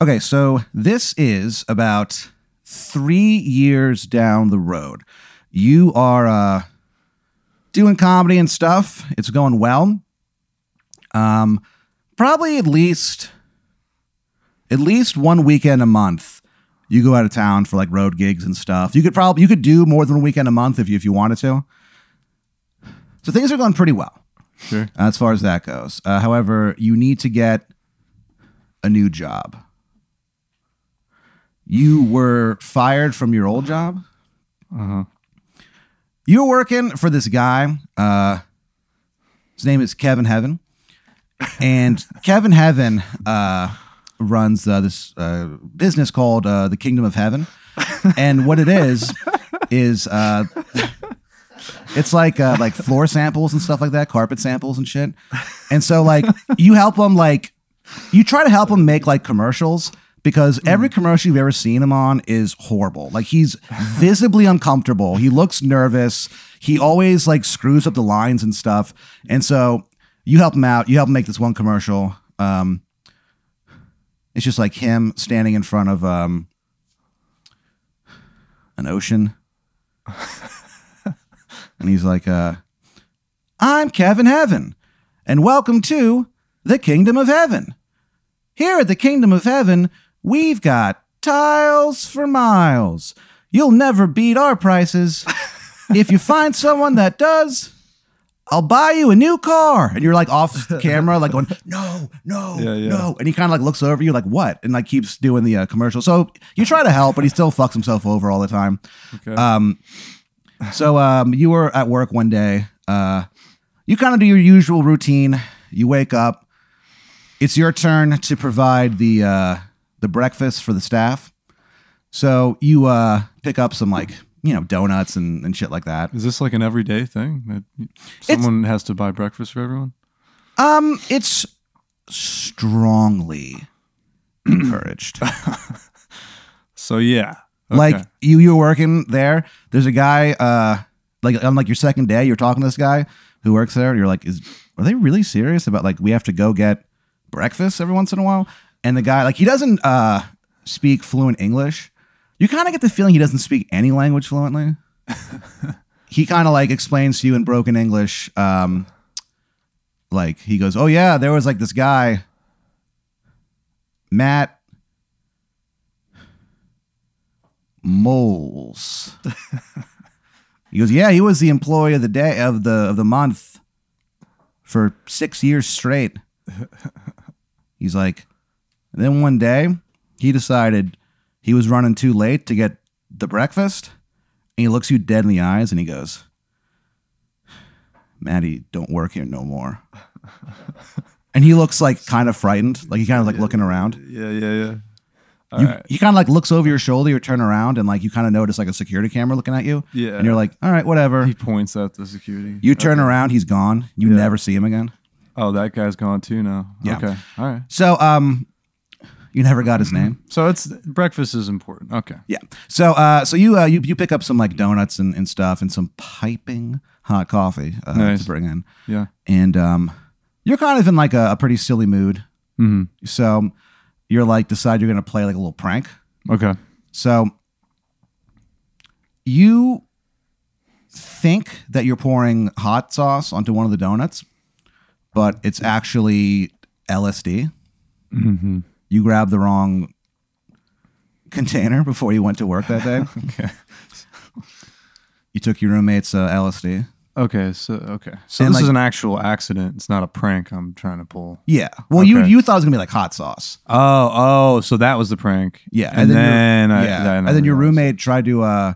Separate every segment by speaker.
Speaker 1: Okay, so this is about three years down the road. You are uh, doing comedy and stuff. It's going well. Um, probably at least at least one weekend a month. You go out of town for like road gigs and stuff. You could probably you could do more than a weekend a month if you if you wanted to. So things are going pretty well
Speaker 2: Sure.
Speaker 1: uh, as far as that goes. Uh, however, you need to get a new job. You were fired from your old job.
Speaker 2: Uh-huh.
Speaker 1: You were working for this guy. Uh, his name is Kevin Heaven, and Kevin Heaven uh, runs uh, this uh, business called uh, the Kingdom of Heaven. And what it is is uh, it's like uh, like floor samples and stuff like that, carpet samples and shit. And so like you help them like you try to help him make like commercials because every commercial you've ever seen him on is horrible. Like he's visibly uncomfortable. He looks nervous. He always like screws up the lines and stuff. And so you help him out. You help him make this one commercial. Um, it's just like him standing in front of um, an ocean. and he's like, uh, I'm Kevin Heaven, and welcome to the Kingdom of Heaven. Here at the Kingdom of Heaven, we've got tiles for miles. You'll never beat our prices. if you find someone that does, I'll buy you a new car. And you're like off camera, like going, no, no,
Speaker 2: Yeah, yeah.
Speaker 1: no. And he kind of like looks over you, like, what? And like keeps doing the uh, commercial. So you try to help, but he still fucks himself over all the time.
Speaker 2: Okay.
Speaker 1: Um, so um, you were at work one day. Uh, you kind of do your usual routine. You wake up. It's your turn to provide the uh, the breakfast for the staff. So you uh, pick up some like you know donuts and, and shit like that.
Speaker 2: Is this like an everyday thing that someone has to buy breakfast for everyone?
Speaker 1: Um, it's strongly encouraged.
Speaker 2: So yeah.
Speaker 1: Like
Speaker 2: Okay.
Speaker 1: you, you're working there. There's a guy, uh, like on like your second day, you're talking to this guy who works there. You're like, is are they really serious about like we have to go get breakfast every once in a while? And the guy, like, he doesn't uh, speak fluent English. You kind of get the feeling he doesn't speak any language fluently. he kind of like explains to you in broken English. Um, like he goes, "Oh yeah, there was like this guy, Matt." Moles. he goes, yeah, he was the employee of the day of the of the month for six years straight. He's like, and then one day he decided he was running too late to get the breakfast, and he looks you dead in the eyes and he goes, Maddie, don't work here no more. And he looks like kind of frightened, like he kind of like looking around
Speaker 2: Yeah, yeah, yeah. All
Speaker 1: you,
Speaker 2: right.
Speaker 1: he kind of like looks over your shoulder, you turn around, and like you kind of notice like a security camera looking at you.
Speaker 2: Yeah.
Speaker 1: And you're like, all right, whatever.
Speaker 2: He points at the security.
Speaker 1: You turn
Speaker 2: Okay.
Speaker 1: around, he's gone. You
Speaker 2: Yeah.
Speaker 1: never see him again.
Speaker 2: Oh, that guy's gone too now.
Speaker 1: Yeah.
Speaker 2: Okay. All right.
Speaker 1: So, um, you never got
Speaker 2: Mm-hmm.
Speaker 1: his name.
Speaker 2: So it's breakfast is important. Okay.
Speaker 1: Yeah. So, uh, so you uh, you you pick up some like donuts and, and stuff and some piping hot coffee uh,
Speaker 2: Nice.
Speaker 1: to bring in,
Speaker 2: Yeah.
Speaker 1: and um, you're kind of in like a, a pretty silly mood.
Speaker 2: hmm
Speaker 1: Mm-hmm. So, you're like decide you're gonna play like a little prank.
Speaker 2: Okay.
Speaker 1: So you think that you're pouring hot sauce onto one of the donuts, but it's actually LSD. Mm-hmm.
Speaker 2: hmm
Speaker 1: You grabbed the wrong container before you went to work that day.
Speaker 2: Okay.
Speaker 1: you took your roommate's uh, LSD.
Speaker 2: Okay. So okay. So
Speaker 1: And,
Speaker 2: this
Speaker 1: like-
Speaker 2: is an actual accident. It's not a prank. I'm trying to pull.
Speaker 1: Yeah. Well, you
Speaker 2: Okay.
Speaker 1: you thought it was gonna be like hot sauce.
Speaker 2: Oh, oh. So that was the prank.
Speaker 1: Yeah.
Speaker 2: And, then,
Speaker 1: your,
Speaker 2: I,
Speaker 1: yeah.
Speaker 2: then
Speaker 1: and
Speaker 2: I
Speaker 1: then your
Speaker 2: realized.
Speaker 1: roommate tried to uh,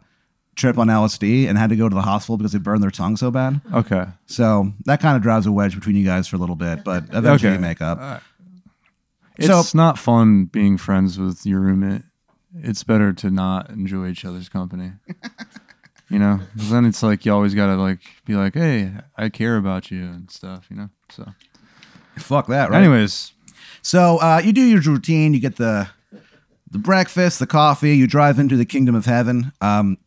Speaker 1: trip on LSD and had to go to the hospital because they burned their tongue so bad.
Speaker 2: Okay.
Speaker 1: So that kind of drives a wedge between you guys for a little bit, but eventually
Speaker 2: Okay.
Speaker 1: you make up. So-
Speaker 2: It's not fun being friends with your roommate. It's better to not enjoy each other's company. you know, 'Cause then it's like you always gotta like be like, "Hey, I care about you" and stuff. You know. So,
Speaker 1: Fuck that, right?
Speaker 2: anyways,
Speaker 1: So uh, you do your routine. You get the the breakfast, the coffee. You drive into the kingdom of heaven. Um,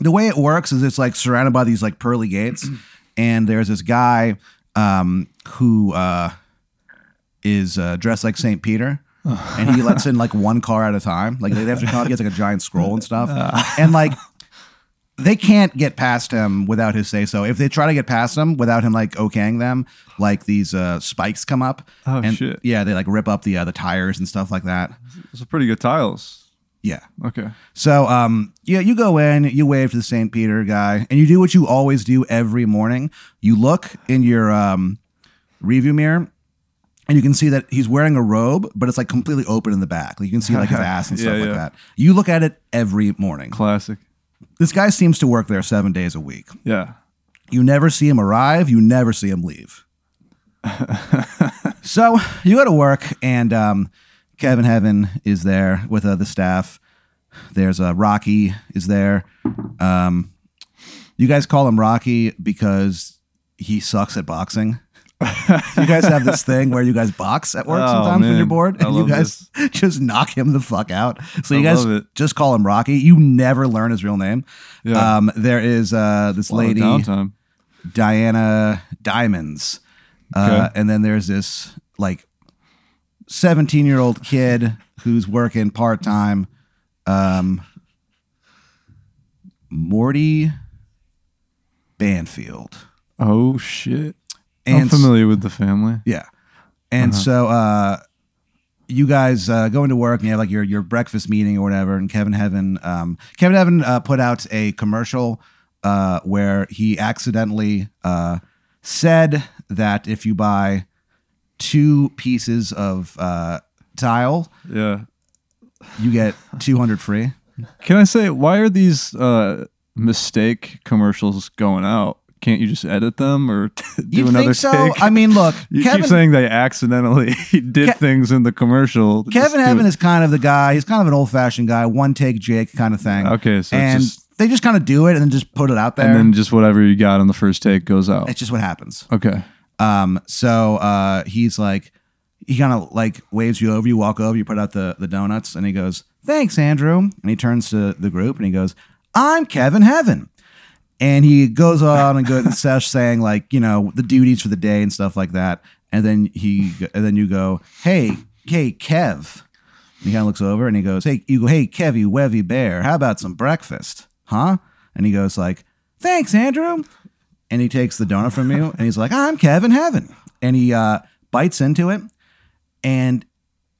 Speaker 1: the way it works is it's like surrounded by these like pearly gates, and there's this guy um, who uh, is uh, dressed like Saint Peter, and he lets in like one car at a time. Like they have to come out, he gets like a giant scroll and stuff, and like they can't get past him without his say so. If they try to get past him without him like okaying them, like these uh, spikes come up.
Speaker 2: Oh,
Speaker 1: and,
Speaker 2: shit.
Speaker 1: Yeah, they like rip up the uh, the tires and stuff like that.
Speaker 2: Those are pretty good tiles.
Speaker 1: Yeah.
Speaker 2: Okay.
Speaker 1: So, um, yeah, you go in, you wave to the St. Peter guy, and you do what you always do every morning. You look in your um, review mirror, and you can see that he's wearing a robe, but it's like completely open in the back. Like you can see like his ass and stuff
Speaker 2: Yeah,
Speaker 1: like
Speaker 2: yeah.
Speaker 1: that. You look at it every morning.
Speaker 2: Classic.
Speaker 1: This guy seems to work there seven days a week.
Speaker 2: Yeah.
Speaker 1: You never see him arrive. You never see him leave. so you go to work, and um, Kevin Heaven is there with uh, the staff. There's uh, Rocky is there. Um, you guys call him Rocky because he sucks at boxing. you guys have this thing where you guys box at work
Speaker 2: Oh,
Speaker 1: sometimes when you're
Speaker 2: man.
Speaker 1: bored,
Speaker 2: I
Speaker 1: and you
Speaker 2: love
Speaker 1: guys just knock him the fuck out. So you
Speaker 2: I
Speaker 1: guys
Speaker 2: love it.
Speaker 1: just call him Rocky. You never learn his real name.
Speaker 2: Yeah.
Speaker 1: Um, there is uh, this
Speaker 2: A lot of
Speaker 1: lady.
Speaker 2: Downtime.
Speaker 1: Diana Diamonds. Uh,
Speaker 2: Okay.
Speaker 1: And then there's this like 17 year old kid who's working part time. Um, Morty Banfield.
Speaker 2: Oh shit. I'm
Speaker 1: And s-
Speaker 2: familiar with the family.
Speaker 1: yeah. And
Speaker 2: Uh-huh.
Speaker 1: so uh, you guys uh, go into work and you have like your, your breakfast meeting or whatever. And Kevin Heaven, um, Kevin Heaven uh, put out a commercial uh, where he accidentally uh, said that if you buy two pieces of uh, tile,
Speaker 2: Yeah.
Speaker 1: you get 200 free.
Speaker 2: Can I say why are these uh, mistake commercials going out? Can't you just edit them or do
Speaker 1: You
Speaker 2: another
Speaker 1: think so?
Speaker 2: take?
Speaker 1: I mean, look,
Speaker 2: you
Speaker 1: Kevin.
Speaker 2: keep saying they accidentally did
Speaker 1: Ke-
Speaker 2: things in the commercial.
Speaker 1: Kevin Heaven
Speaker 2: Evan
Speaker 1: is kind of the guy. He's kind of an old-fashioned guy, one take Jake kind of thing.
Speaker 2: Okay, so it's
Speaker 1: and
Speaker 2: just-
Speaker 1: they just kind of do it and then just put it out there.
Speaker 2: and then just whatever you got on the first take goes out.
Speaker 1: It's just what happens.
Speaker 2: Okay.
Speaker 1: Um, so uh, he's like, he kind of like waves you over. You walk over. You put out the the donuts, and he goes, "Thanks, Andrew." And he turns to the group and he goes, "I'm Kevin Heaven." And he goes on and goes and stuff saying like, you know, the duties for the day and stuff like that. And then he and then you go, "Hey, hey, Kev." And he kind of looks over and he goes, "Hey, you go, hey, Kevy Wevy Bear, how about some breakfast, huh?" And he goes like, "Thanks, Andrew." And he takes the donut from you and he's like, "I'm Kevin Heaven," and he uh, bites into it and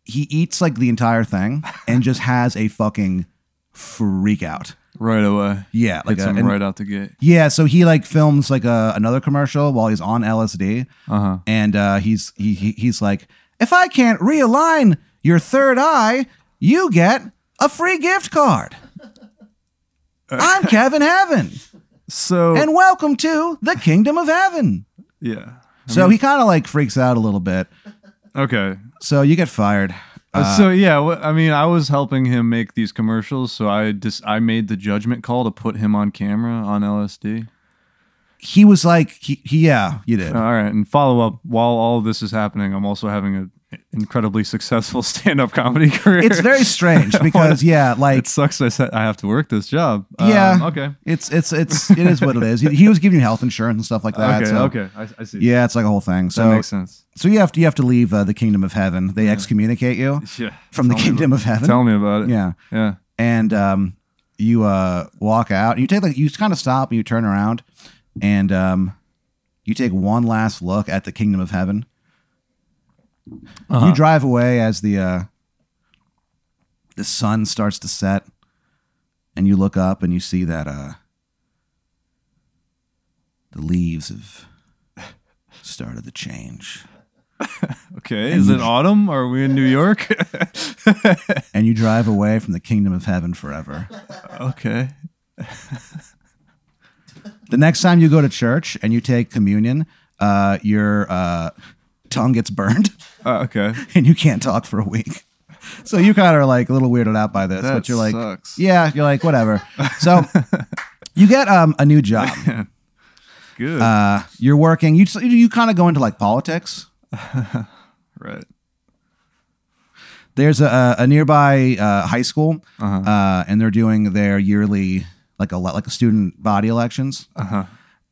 Speaker 1: he eats like the entire thing and just has a fucking freak out.
Speaker 2: Right away.
Speaker 1: Yeah, like
Speaker 2: Hits
Speaker 1: a-
Speaker 2: them
Speaker 1: and-
Speaker 2: right out the gate.
Speaker 1: yeah. So he like films like a, another commercial while he's on LSD
Speaker 2: Uh huh.
Speaker 1: and uh, he's he, he he's like, if I can't realign your third eye, you get a free gift card. I'm Kevin Heaven,
Speaker 2: So
Speaker 1: and welcome to the Kingdom of Heaven.
Speaker 2: yeah.
Speaker 1: So he kind of like freaks out a little bit.
Speaker 2: Okay.
Speaker 1: So you get fired.
Speaker 2: Uh, so yeah, wh- I mean, I was helping him make these commercials, so I just I made the judgment call to put him on camera on LSD.
Speaker 1: He was like, he, he yeah, you did.
Speaker 2: All right, and follow up while all this is happening, I'm also having an incredibly successful stand-up comedy career.
Speaker 1: It's very strange because yeah, like
Speaker 2: it sucks. I said I have to work this job.
Speaker 1: yeah,
Speaker 2: Um, okay.
Speaker 1: It's it's it's it is what it is. He was giving you health insurance and stuff like that.
Speaker 2: Okay.
Speaker 1: so-
Speaker 2: okay. I, I see.
Speaker 1: Yeah, it's like a whole thing.
Speaker 2: That
Speaker 1: So
Speaker 2: makes sense.
Speaker 1: so you have to you have to leave uh, the kingdom of heaven. They excommunicate you
Speaker 2: Yeah.
Speaker 1: from the
Speaker 2: Tell me
Speaker 1: kingdom of heaven.
Speaker 2: Tell me about it.
Speaker 1: Yeah,
Speaker 2: Yeah.
Speaker 1: and um, you uh walk out. and You take like you kind of stop and you turn around, and um, you take one last look at the kingdom of heaven.
Speaker 2: Uh-huh.
Speaker 1: You drive away as the uh, the sun starts to set, and you look up and you see that uh, the leaves have started to change.
Speaker 2: Okay. Is it autumn? Are we in New York?
Speaker 1: and you drive away from the kingdom of heaven forever.
Speaker 2: okay.
Speaker 1: The next time you go to church and you take communion, uh, your uh, tongue gets burned
Speaker 2: Uh, okay.
Speaker 1: and you can't talk for a week. So you kind of are like a little weirded out by this,
Speaker 2: That
Speaker 1: but you're like,
Speaker 2: sucks.
Speaker 1: yeah, you're like, whatever. So you get um, a new job.
Speaker 2: Good.
Speaker 1: Uh, you're working. You you kind of go into like politics.
Speaker 2: right.
Speaker 1: There's a, a nearby uh, high school,
Speaker 2: Uh-huh.
Speaker 1: uh, and they're doing their yearly like a like student body elections.
Speaker 2: Uh huh.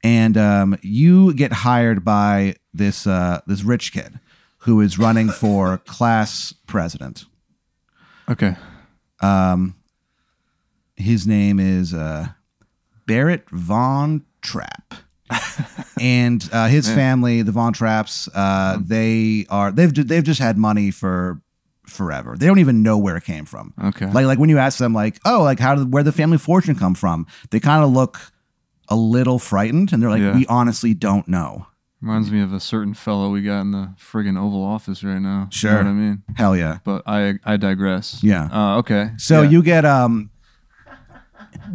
Speaker 1: and um, you get hired by this uh, this rich kid who is running for class president.
Speaker 2: Okay.
Speaker 1: Um, his name is uh, Barrett Von Trapp, and uh, his family, the Von Trapps, uh, they are they've ju- they've just had money for forever. They don't even know where it came from.
Speaker 2: Okay.
Speaker 1: Like like when you ask them, like, oh, like how did where the family fortune come from? They kind of look a little frightened, and they're like,
Speaker 2: Yeah.
Speaker 1: we honestly don't know.
Speaker 2: Reminds me of a certain fellow we got in the friggin' Oval Office right now.
Speaker 1: Sure.
Speaker 2: You know what I mean?
Speaker 1: Hell yeah.
Speaker 2: But I I digress.
Speaker 1: Yeah.
Speaker 2: Uh, okay.
Speaker 1: So
Speaker 2: Yeah.
Speaker 1: you get um.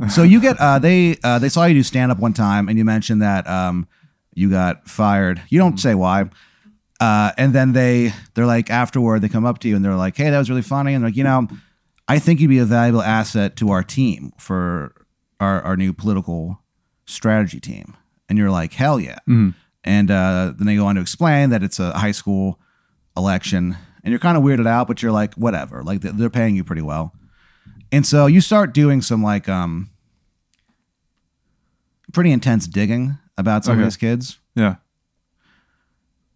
Speaker 1: So you get uh they uh they saw you do stand up one time and you mentioned that um you got fired. You don't say why. Uh and then they they're like afterward they come up to you and they're like, "Hey, that was really funny." And they're like, "You know, I think you'd be a valuable asset to our team for our our new political strategy team." And you're like, "Hell yeah."
Speaker 2: Mhm.
Speaker 1: And uh, then they go on to explain that it's a high school election, and you're kind of weirded out, but you're like, whatever. Like they- they're paying you pretty well, and so you start doing some like um, pretty intense digging about some
Speaker 2: Okay.
Speaker 1: of these kids.
Speaker 2: Yeah.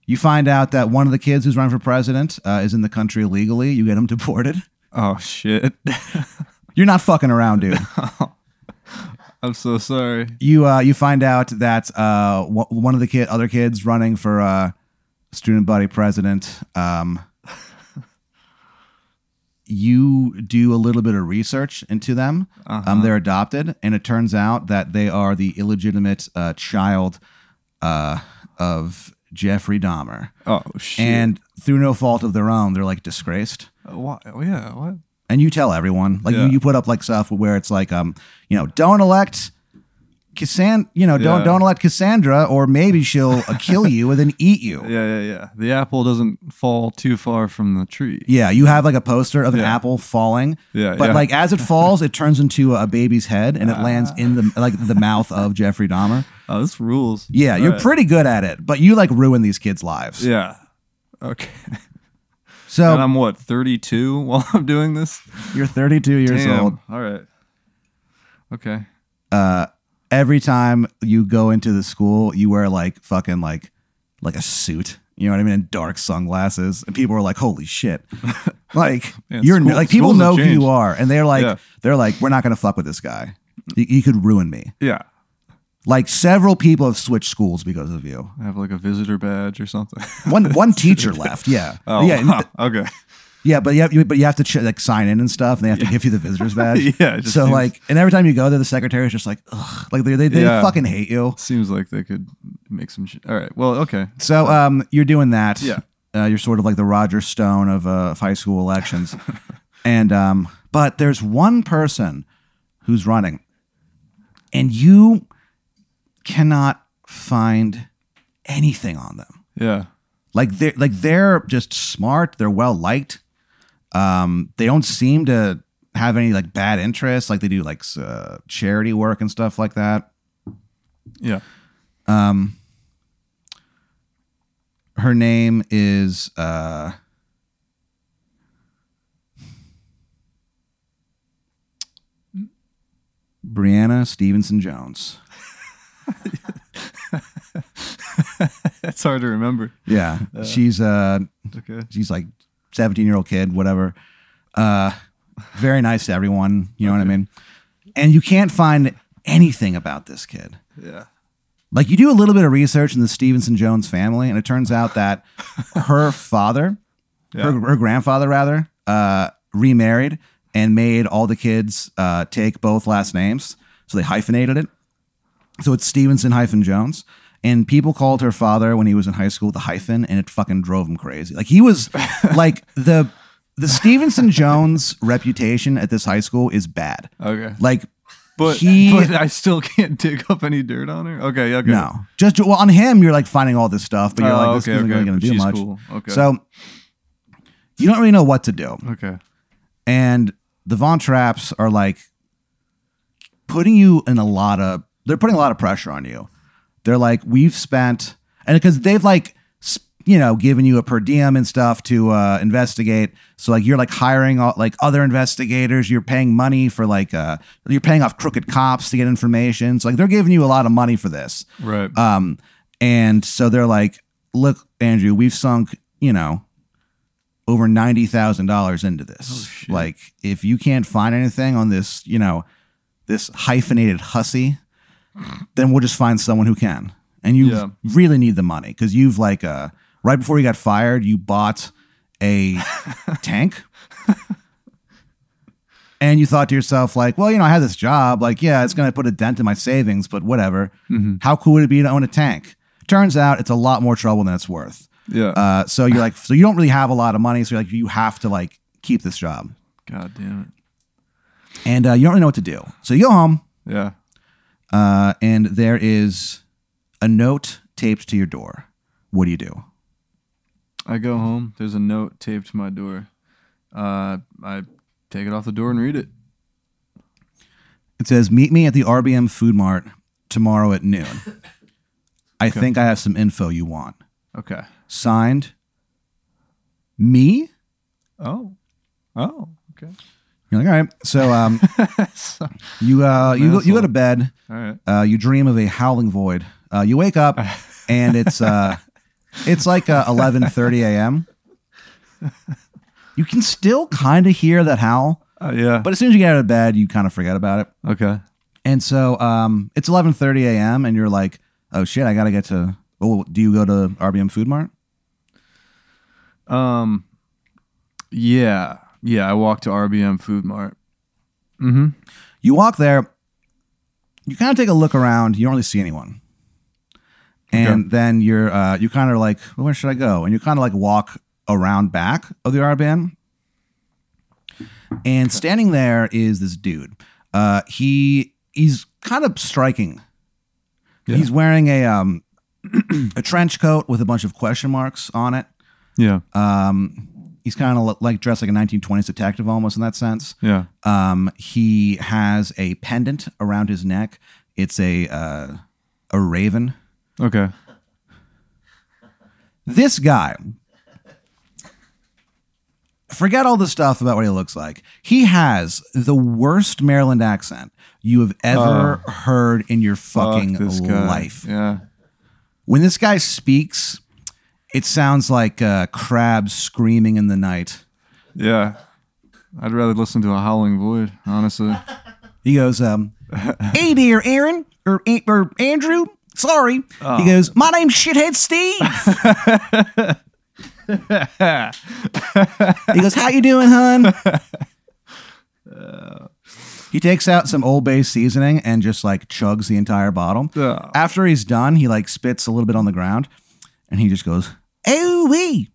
Speaker 1: You find out that one of the kids who's running for president uh, is in the country illegally. You get him deported.
Speaker 2: Oh shit.
Speaker 1: You're not fucking around, dude.
Speaker 2: I'm so sorry.
Speaker 1: you uh, you find out that uh, w- one of the kid, other kids running for uh, student body president. Um, you do a little bit of research into them. Um, they're adopted, and it turns out that they are the illegitimate uh, child uh, of Jeffrey Dahmer,
Speaker 2: Oh shit.
Speaker 1: and through no fault of their own, they're like disgraced
Speaker 2: Uh, wha- oh, yeah. What?
Speaker 1: and you tell everyone like
Speaker 2: Yeah.
Speaker 1: you, you put up like stuff where it's like um you know don't elect Cassandra, you know don't
Speaker 2: Yeah.
Speaker 1: don't elect Cassandra or maybe she'll uh, kill you and then eat you. Yeah.
Speaker 2: Yeah, yeah, yeah. The apple doesn't fall too far from the tree.
Speaker 1: you have like a poster of an
Speaker 2: Yeah.
Speaker 1: apple falling,
Speaker 2: Yeah,
Speaker 1: but
Speaker 2: yeah. Ah.
Speaker 1: like as it falls, it turns into a baby's head and it lands in the like the mouth of Jeffrey Dahmer.
Speaker 2: Oh, this rules.
Speaker 1: Yeah,
Speaker 2: All
Speaker 1: you're
Speaker 2: right.
Speaker 1: pretty good at it, but you like ruin these kids' lives.
Speaker 2: Yeah. Okay.
Speaker 1: So
Speaker 2: And I'm what 32 while I'm doing this.
Speaker 1: you're 32 years
Speaker 2: Damn.
Speaker 1: old.
Speaker 2: All right. Okay.
Speaker 1: Every time you go into the school, you wear like fucking like like a suit. You know what I mean? And dark sunglasses. And people are like, holy shit. Like
Speaker 2: Man,
Speaker 1: you're
Speaker 2: school-
Speaker 1: like people
Speaker 2: schools
Speaker 1: know
Speaker 2: have
Speaker 1: who you
Speaker 2: changed.
Speaker 1: are. And they're like,
Speaker 2: Yeah.
Speaker 1: they're like, we're not gonna fuck with this guy. He, he could ruin me.
Speaker 2: Yeah.
Speaker 1: Like several people have switched schools because of you.
Speaker 2: I have like a visitor badge or something.
Speaker 1: One one teacher left. Yeah.
Speaker 2: Oh,
Speaker 1: Yeah. and-
Speaker 2: okay.
Speaker 1: Yeah, but you have, you- but you have to ch- like sign in and stuff, and they have to give you the visitor's badge.
Speaker 2: Yeah, it just
Speaker 1: So
Speaker 2: seems-
Speaker 1: like, and every time you go there, the secretary's just like, ugh, like they they, they
Speaker 2: Yeah.
Speaker 1: fucking hate you.
Speaker 2: Seems like they could make some. Sh- All right. Well, okay.
Speaker 1: So um, you're doing that.
Speaker 2: Yeah.
Speaker 1: Uh, you're sort of like the Roger Stone of, uh, of high school elections, and um, but there's one person who's running, and you cannot find anything on them.
Speaker 2: Yeah.
Speaker 1: like they're like they're just smart they're well liked um they don't seem to have any like bad interests like they do like s- uh, charity work and stuff like that
Speaker 2: Yeah.
Speaker 1: um her name is uh Brianna Stevenson Jones.
Speaker 2: That's hard to remember.
Speaker 1: Yeah. She's uh
Speaker 2: Okay.
Speaker 1: she's like 17 year old kid whatever uh very nice to everyone you know what i mean and you can't find anything about this kid
Speaker 2: Yeah.
Speaker 1: like you do a little bit of research in the stevenson jones family and it turns out that her father her, her grandfather rather uh remarried and made all the kids uh take both last names so they hyphenated it so it's stevenson hyphen jones and people called her father when he was in high school the hyphen and it fucking drove him crazy like he was like the the stevenson jones reputation at this high school is bad
Speaker 2: Okay.
Speaker 1: like
Speaker 2: But,
Speaker 1: he-
Speaker 2: but I still can't dig up any dirt on her. Okay. Okay.
Speaker 1: no just well on him you're like finding all this stuff but you're
Speaker 2: Oh,
Speaker 1: like this
Speaker 2: okay,
Speaker 1: isn't really
Speaker 2: okay,
Speaker 1: gonna
Speaker 2: but
Speaker 1: do
Speaker 2: she's
Speaker 1: much
Speaker 2: cool. Okay.
Speaker 1: so you don't really know what to do
Speaker 2: Okay.
Speaker 1: and the Von Traps are like putting you in a lot of they're putting a lot of pressure on you. They're like, we've spent and because they've like sp- you know given you a per diem and stuff to uh, investigate. So like you're like hiring all, like other investigators. You're paying money for like uh, you're paying off crooked cops to get information. So like they're giving you a lot of money for this.
Speaker 2: Right.
Speaker 1: Um, and so they're like, look, Andrew, we've sunk you know, over ninety thousand dollars into
Speaker 2: Oh,
Speaker 1: this.
Speaker 2: shit.
Speaker 1: like, if you can't find anything on this, you know, this hyphenated hussy, then we'll just find someone who can. And you
Speaker 2: Yeah.
Speaker 1: really need the money because you've like uh, right before you got fired, you bought a tank. And you thought to yourself, like, well, you know, I had this job. Like, yeah, it's going to put a dent in my savings, but whatever. How cool would it be to own a tank? Turns out it's a lot more trouble than it's worth.
Speaker 2: Yeah.
Speaker 1: Uh, so you're like, so you don't really have a lot of money. So you're like, you have to like keep this job,
Speaker 2: God damn
Speaker 1: and uh, you don't really know what to do. So you go home,
Speaker 2: it. Yeah.
Speaker 1: uh, and there is a note taped to your door. What do you do?
Speaker 2: I go home. There's a note taped to my door. Uh, I take it off the door and read it.
Speaker 1: It says, "Meet me at the RBM Food Mart tomorrow at noon. I think I have some info you want."
Speaker 2: Okay.
Speaker 1: Signed, me.
Speaker 2: Oh. Oh. Okay.
Speaker 1: You're like, all right. So um,
Speaker 2: So-
Speaker 1: you uh, you go, you go
Speaker 2: Asshole.
Speaker 1: to bed.
Speaker 2: all right.
Speaker 1: uh, you dream of a howling void. Uh, you wake up and it's uh, it's like uh, eleven thirty a.m. You can still kind of hear that howl,
Speaker 2: Uh, yeah.
Speaker 1: but as soon as you get out of bed, you kind of forget about it.
Speaker 2: okay.
Speaker 1: And so um, it's eleven thirty a.m. and you're like, oh shit, I gotta get to. Oh, do you go to RBM Food Mart?
Speaker 2: Um. Yeah. Yeah. I walk to RBM Food Mart. Mm-hmm.
Speaker 1: You walk there. You kind of take a look around. You don't really see anyone. And then you're uh, you kind of like, well, where should I go? And you kind of like walk around back of the RBN. And standing there is this dude. Uh, he he's kind of striking.
Speaker 2: Yeah.
Speaker 1: He's wearing a um, a trench coat with a bunch of question marks on it.
Speaker 2: Yeah.
Speaker 1: Um, he's kind of like dressed like a 1920s detective almost in that sense.
Speaker 2: Yeah.
Speaker 1: Um, he has a pendant around his neck. It's a uh, a raven.
Speaker 2: Okay.
Speaker 1: This guy. Forget all the stuff about what he looks like. He has the worst Maryland accent you have ever heard in your fucking
Speaker 2: Oh. Fuck this guy.
Speaker 1: life.
Speaker 2: Yeah.
Speaker 1: When this guy speaks, it sounds like uh, crabs screaming in the night.
Speaker 2: Yeah. I'd rather listen to a howling void, honestly.
Speaker 1: He goes, um, "Hey there, Aaron or or Andrew. Sorry." He goes, "My name's Shithead Steve." he goes, "How you doing, hun?" He takes out some Old Bay seasoning and just like chugs the entire bottle.
Speaker 2: Yeah.
Speaker 1: After he's done, he like spits a little bit on the ground, and he just goes, "Oh wee."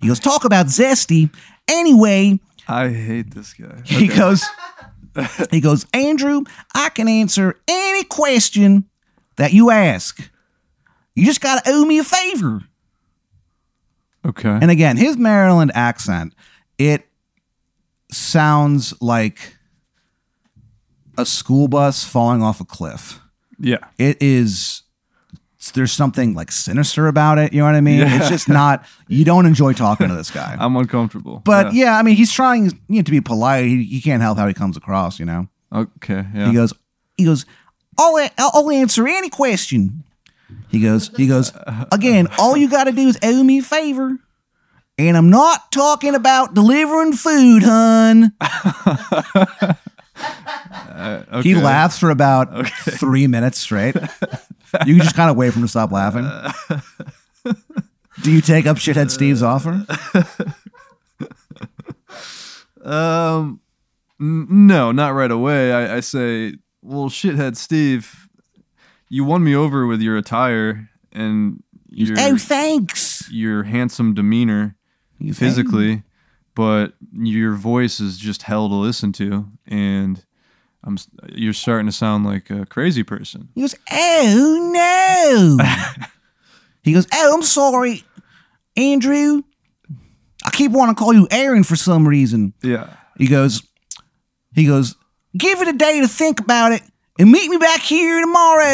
Speaker 1: He goes, "Talk about zesty." Anyway,
Speaker 2: I hate this guy.
Speaker 1: he goes, he goes, Andrew, I can answer any question that you ask. You just got to owe me a favor.
Speaker 2: Okay.
Speaker 1: And again, his Maryland accent, it sounds like a school bus falling off a cliff.
Speaker 2: Yeah.
Speaker 1: It is. There's something like sinister about it. You know what I mean? It's just not. You don't enjoy talking to this guy.
Speaker 2: I'm uncomfortable.
Speaker 1: But yeah, I mean, he's trying you know, to be polite. He, he can't help how he comes across. You know.
Speaker 2: Okay. Yeah.
Speaker 1: He goes, he goes, I'll, a- I'll I'll answer any question. He goes, he goes, again, all you got to do is owe me a favor. And I'm not talking about delivering food, hun.
Speaker 2: okay.
Speaker 1: He laughs for about three minutes straight. You can just kind of wait for him to stop laughing. Do you take up Shithead Steve's offer?
Speaker 2: Um, n- no, not right away. I, I say, well, shithead Steve, you won me over with your attire and your
Speaker 1: Oh, thanks.
Speaker 2: your handsome demeanor
Speaker 1: You think?
Speaker 2: physically, but your voice is just hell to listen to, and I'm s- you're starting to sound like a crazy person.
Speaker 1: He goes, Oh no. he goes, Oh, I'm sorry, Andrew. I keep wanting to call you Aaron for some reason.
Speaker 2: Yeah.
Speaker 1: He goes, He goes, Give it a day to think about it and meet me back here tomorrow.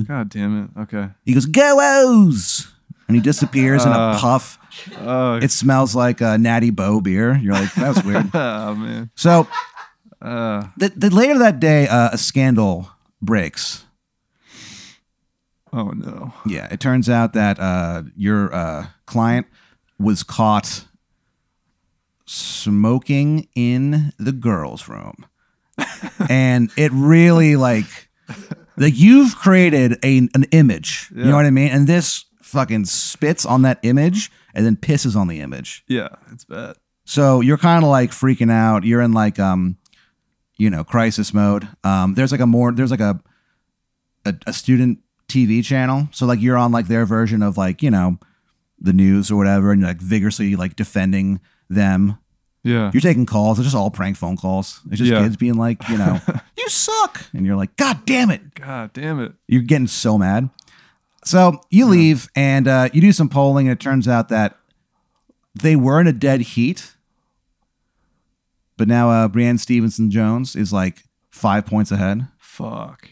Speaker 2: Oh god damn it. Okay.
Speaker 1: He goes, Go O's. And he disappears in a
Speaker 2: Uh.
Speaker 1: puff.
Speaker 2: Oh,
Speaker 1: It smells like a natty bow beer. You're like, that was weird.
Speaker 2: oh man.
Speaker 1: so
Speaker 2: Uh,
Speaker 1: th- th- later that day, uh, a scandal breaks.
Speaker 2: oh no. Oh,
Speaker 1: Yeah, it turns out that uh, your uh, client was caught smoking in the girls' room. and it really like like you've created a, an image. You
Speaker 2: Yeah.
Speaker 1: know what I mean? And this fucking spits on that image and then pisses on the image.
Speaker 2: Yeah, it's bad.
Speaker 1: So you're kind of like freaking out. You're in like um, you know, crisis mode. Um, there's like a more there's like a a, a student TV channel. So like you're on like their version of like you know the news or whatever, and you're like vigorously like defending them.
Speaker 2: Yeah.
Speaker 1: You're taking calls. It's just all prank phone calls. It's just
Speaker 2: Yeah.
Speaker 1: kids being like, you know, you suck, and you're like, God damn it,
Speaker 2: God damn it.
Speaker 1: you're getting so mad. So you leave and uh, you do some polling, and it turns out that they were in a dead heat. But now uh, Brianne Stevenson Jones is like five points ahead.
Speaker 2: Fuck.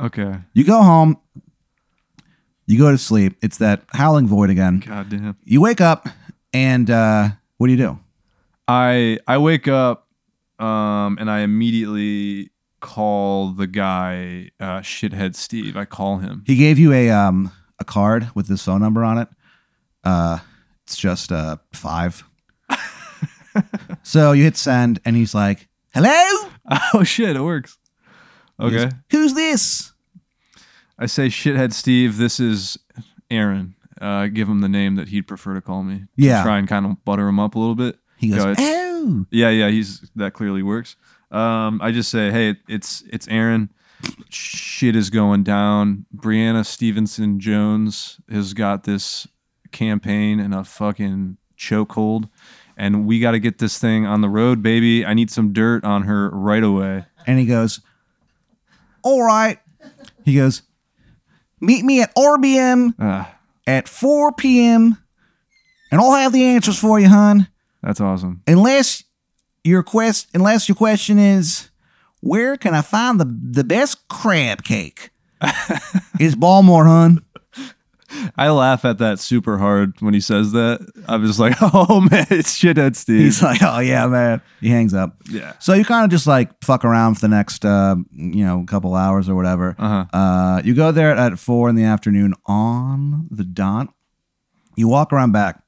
Speaker 2: Okay.
Speaker 1: You go home, you go to sleep. It's that howling void again.
Speaker 2: God damn.
Speaker 1: You wake up, and uh, what do you do?
Speaker 2: I I wake up um and I immediately call the guy uh shithead Steve. I call him.
Speaker 1: He gave you a um, a card with his phone number on it. Uh, it's just uh, five. so you hit send, and he's like, "Hello."
Speaker 2: Oh shit, it works.
Speaker 1: He
Speaker 2: Okay.
Speaker 1: goes, Who's this?
Speaker 2: I say shithead Steve, this is Aaron. Uh give him the name that he'd prefer to call me. to
Speaker 1: Yeah.
Speaker 2: Try and kind of butter him up a little bit.
Speaker 1: He goes,
Speaker 2: Go, it's-
Speaker 1: "Oh,
Speaker 2: Yeah, yeah, he's that clearly works. Um, I just say, hey, it's it's Aaron. Shit is going down. Brianna Stevenson Jones has got this campaign in a fucking chokehold, and we got to get this thing on the road, baby. I need some dirt on her right away.
Speaker 1: and he goes, "All right." He goes, "Meet me at RBM
Speaker 2: Ah,
Speaker 1: at 4 p.m. and I'll have the answers for you, hon.
Speaker 2: that's awesome.
Speaker 1: Unless your quest, unless your question is, where can I find the the best crab cake? it's Baltimore, hon.
Speaker 2: I laugh at that super hard when he says that. I was like, oh man, it's shithead Steve.
Speaker 1: He's like, "Oh yeah, man." He hangs up.
Speaker 2: yeah.
Speaker 1: So you kind of just like fuck around for the next, uh, you know, couple hours or whatever.
Speaker 2: Uh-huh.
Speaker 1: Uh, you go there at four in the afternoon on the dot. You walk around back,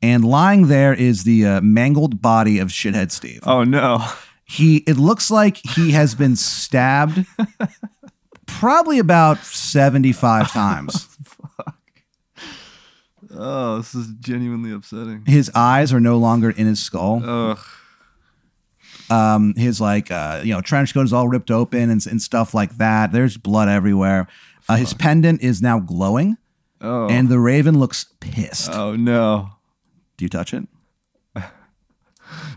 Speaker 1: and lying there is the uh, mangled body of shithead Steve.
Speaker 2: Oh no.
Speaker 1: He it looks like he has been stabbed probably about seventy five times.
Speaker 2: Oh, this is genuinely upsetting.
Speaker 1: His eyes are no longer in his skull.
Speaker 2: Ugh.
Speaker 1: um, his like uh, you know trench coat is all ripped open and, and stuff like that. There's blood everywhere. Uh, his pendant is now glowing,
Speaker 2: Oh.
Speaker 1: and the raven looks pissed.
Speaker 2: Oh no.
Speaker 1: Do you touch it?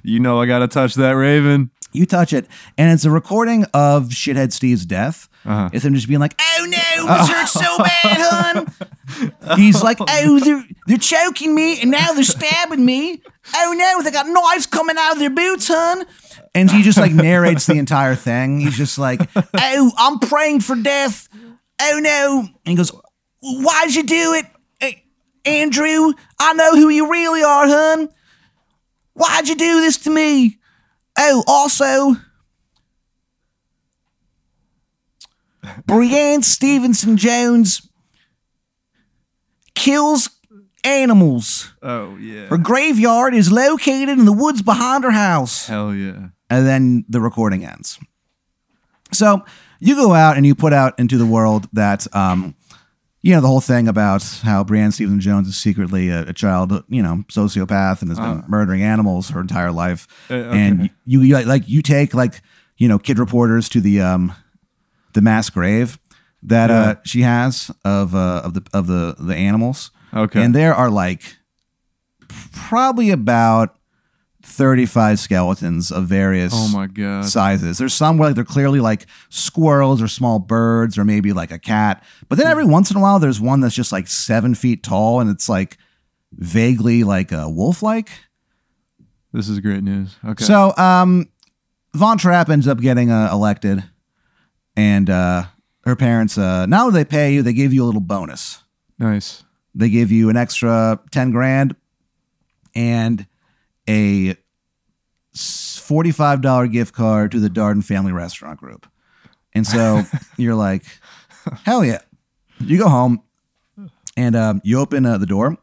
Speaker 2: You know I gotta touch that raven.
Speaker 1: You touch it, and it's a recording of shithead Steve's death.
Speaker 2: Uh-huh.
Speaker 1: It's him just being like, "Oh no, this hurts so bad, hun." He's like, "Oh, they're they're choking me, and now they're stabbing me. Oh no, they got knives coming out of their boots, hun." And he just like narrates the entire thing. He's just like, "Oh, I'm praying for death. Oh no," and he goes, "Why'd you do it, A- Andrew? I know who you really are, hun. Why'd you do this to me? Oh, also." Brianne Stevenson Jones kills animals.
Speaker 2: Oh yeah.
Speaker 1: Her graveyard is located in the woods behind her house.
Speaker 2: Hell yeah.
Speaker 1: And then the recording ends. So you go out and you put out into the world that, um, you know, the whole thing about how Brianne Stevenson Jones is secretly a, a child, you know, sociopath and has been murdering animals her entire life.
Speaker 2: Ah. Uh, okay.
Speaker 1: And you, you like- like you take like you know kid reporters to the um, the mass grave that uh, she has of uh, of the of the the animals.
Speaker 2: Okay.
Speaker 1: And there are like probably about 35 skeletons of various
Speaker 2: oh my god.
Speaker 1: sizes. There's some where like they're clearly like squirrels or small birds or maybe like a cat. But then
Speaker 2: Hmm.
Speaker 1: every once in a while, there's one that's just like seven feet tall and it's like vaguely like a wolf like.
Speaker 2: This is great news. Okay.
Speaker 1: So um, Von Trapp ends up getting uh, elected and uh, her parents, uh, now that they pay you, they give you a little bonus.
Speaker 2: nice.
Speaker 1: They give you an extra 10 grand and a s- $45 gift card to the Darden Family Restaurant Group. And so you're like, hell yeah. You go home and um, you open uh, the door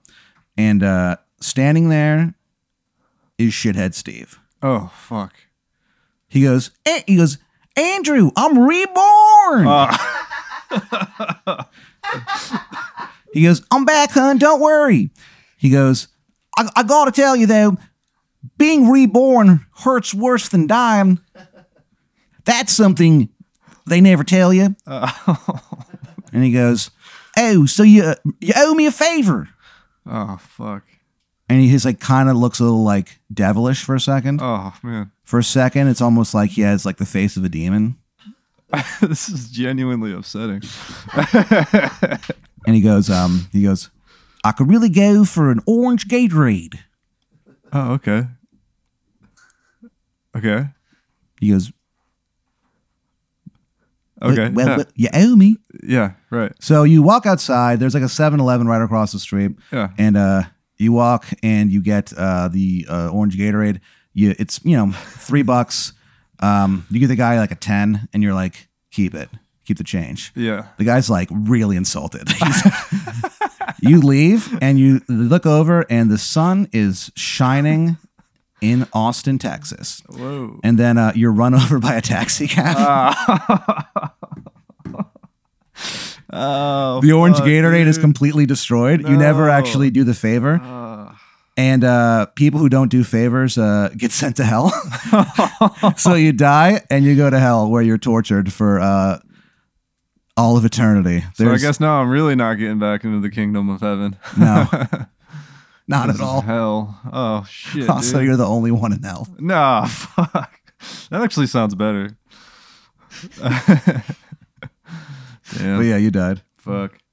Speaker 1: And uh, standing there is shithead Steve.
Speaker 2: Oh fuck.
Speaker 1: He goes, eh, he goes, Andrew, I'm reborn. he goes, I'm back, hun. Don't worry. He goes, I, I gotta tell you though, being reborn hurts worse than dying. That's something they never tell you. and he goes, Oh, so you you owe me a favor.
Speaker 2: Oh fuck.
Speaker 1: And he's like, kind of looks a little like devilish for a second.
Speaker 2: Oh man.
Speaker 1: For a second, it's almost like he has like the face of a demon.
Speaker 2: this is genuinely upsetting.
Speaker 1: And he goes, um, he goes, I could really go for an orange Gatorade.
Speaker 2: Oh okay. Okay.
Speaker 1: He goes, "Well-
Speaker 2: Okay.
Speaker 1: well,
Speaker 2: yeah.
Speaker 1: well, you owe me.
Speaker 2: yeah. Right.
Speaker 1: So you walk outside. There's like a 7-Eleven right across the street,
Speaker 2: Yeah.
Speaker 1: and uh, you walk and you get uh, the uh, orange Gatorade. You, it's you know three bucks. Um, you give the guy like a ten, and you're like, keep it, keep the change.
Speaker 2: Yeah.
Speaker 1: The guy's like really insulted. He's- you leave and you look over, and the sun is shining in Austin, Texas.
Speaker 2: Whoa.
Speaker 1: And then uh, you're run over by a taxi cab.
Speaker 2: Oh.
Speaker 1: the orange
Speaker 2: fuck,
Speaker 1: Gatorade is
Speaker 2: dude.
Speaker 1: completely destroyed. You never
Speaker 2: No.
Speaker 1: actually do the favor.
Speaker 2: Ah.
Speaker 1: and uh, people who don't do favors uh, get sent to hell. so you die and you go to hell where you're tortured for uh, all of eternity.
Speaker 2: so I
Speaker 1: There's
Speaker 2: guess now I'm really not getting back into the kingdom of heaven.
Speaker 1: No. not
Speaker 2: This
Speaker 1: at
Speaker 2: is
Speaker 1: all.
Speaker 2: Hell. Oh shit.
Speaker 1: Also,
Speaker 2: dude.
Speaker 1: you're the only one in hell.
Speaker 2: Nah, fuck. That actually sounds better. Damn.
Speaker 1: But yeah, you died.
Speaker 2: Fuck.